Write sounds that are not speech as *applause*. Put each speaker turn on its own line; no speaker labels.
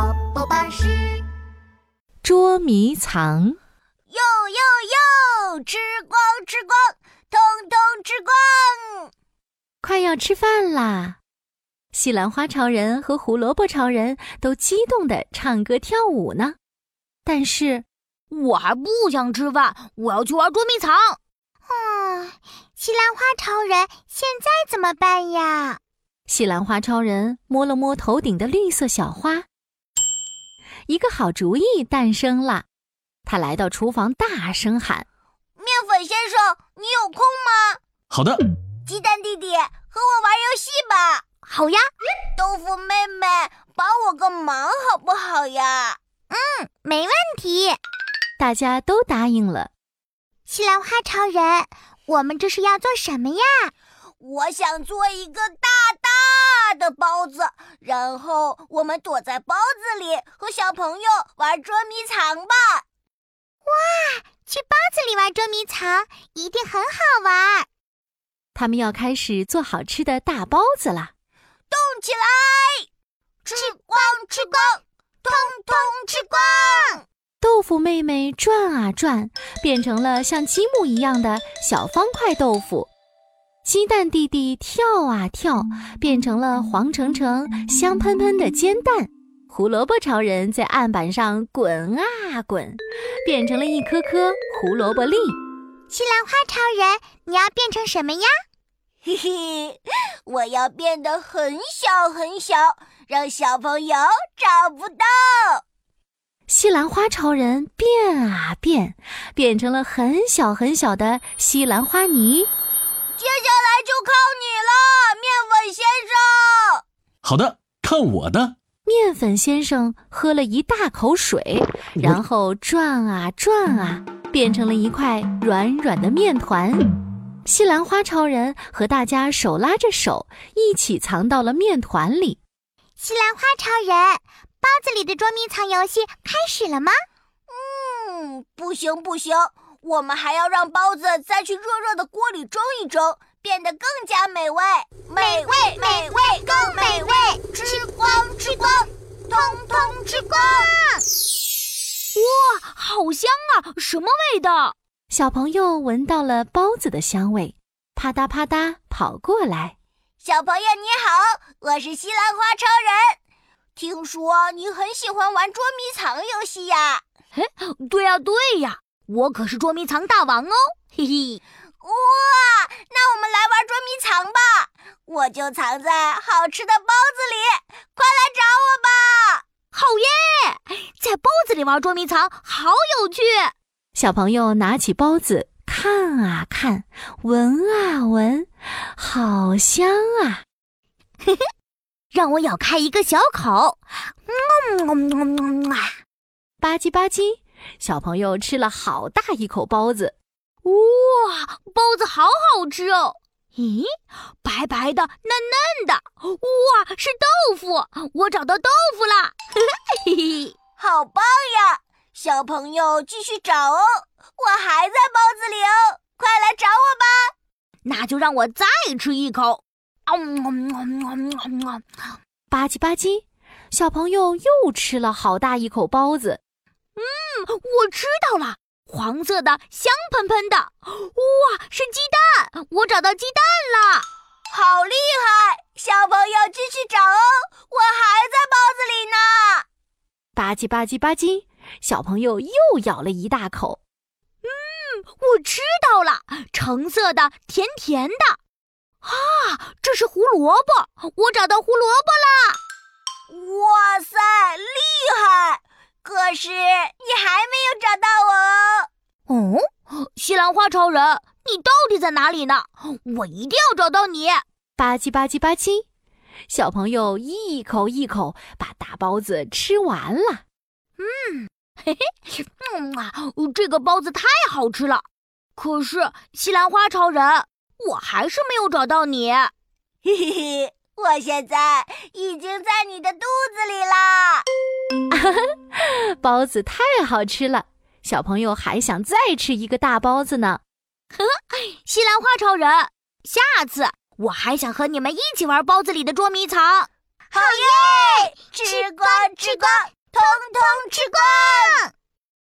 老师，
捉迷藏。
哟哟哟，吃光吃光，通通吃光！
快要吃饭啦！西兰花超人和胡萝卜超人都激动地唱歌跳舞呢。但是，
我还不想吃饭，我要去玩捉迷藏。
嗯，西兰花超人现在怎么办呀？
西兰花超人摸了摸头顶的绿色小花，一个好主意诞生了。他来到厨房，大声喊
面粉先生，你有空吗？
好的，
鸡蛋弟弟，和我玩游戏吧。
好呀，
豆腐妹妹，帮我个忙好不好呀？嗯，没问题。：“
大家都答应了。
西兰花超人，我们这是要做什么呀？我想做一个大大的包子，然后我们躲在包子里和小朋友玩捉迷藏吧。哇，去包子里玩捉迷藏一定很好玩！”
他们要开始做好吃的大包子啦。
动起来，吃光吃光，通通吃光！
豆腐妹妹转啊转，变成了像积木一样的小方块豆腐。鸡蛋弟弟跳啊跳，变成了黄澄澄、香喷喷的煎蛋。胡萝卜超人在案板上滚啊滚，变成了一颗颗胡萝卜粒。
西兰花超人，你要变成什么呀？嘿嘿， *laughs* 我要变得很小很小，让小朋友找不到。
西兰花超人变啊变，变成了很小很小的西兰花泥。
接下来就靠你了，面粉先生。
好的，看我的！
面粉先生喝了一大口水，然后转啊转啊，变成了一块软软的面团。西兰花超人和大家手拉着手，一起藏到了面团里。
西兰花超人，包子里的捉迷藏游戏开始了吗？嗯，不行不行，我们还要让包子再去热热的锅里蒸一蒸，变得更加美味，美味美味更美味，吃光吃光，通通吃光。
好香啊，什么味道？
小朋友闻到了包子的香味，啪嗒啪嗒跑过来。
小朋友你好，我是西兰花超人，听说你很喜欢玩捉迷藏游戏呀？
对呀、对呀、我可是捉迷藏大王哦，嘿嘿。
哇，那我们来玩捉迷藏吧！我就藏在好吃的包子里，快来找我吧！
好耶！在包子里玩捉迷藏，好有趣！
小朋友拿起包子看啊看，闻啊闻，好香啊！
让我咬开一个小口，嗯啊！
吧唧吧唧，小朋友吃了好大一口包子。
哇，包子好好吃哦！咦，白白的，嫩嫩的，哇，是豆腐！我找到豆腐啦！嘿嘿。
*laughs* 好棒呀！小朋友继续找哦，我还在包子里哦，快来找我吧！
那就让我再吃一口。嗯嗯嗯嗯嗯嗯
吧唧吧唧，小朋友又吃了好大一口包子。
嗯我知道了，黄色的，香喷喷的，哇，是鸡蛋！我找到鸡蛋了。
好厉害！小朋友继续找哦，我还在包子里呢。
吧唧吧唧吧唧，小朋友又咬了一大口。
我知道了，橙色的，甜甜的。啊，这是胡萝卜，我找到胡萝卜了。
哇塞，厉害！可是你还没有找到我哦。
哦，西兰花超人，你到底在哪里呢？我一定要找到你。
吧唧吧唧吧唧，小朋友一口一口把大包子吃完了。
嗯啊，这个包子太好吃了。可是西兰花超人，我还是没有找到你。
嘿嘿嘿，我现在已经在你的肚子里啦！
包子太好吃了，小朋友还想再吃一个大包子呢。
西兰花超人，下次我还想和你们一起玩包子里的捉迷藏。
好耶！吃光吃光，通通吃光。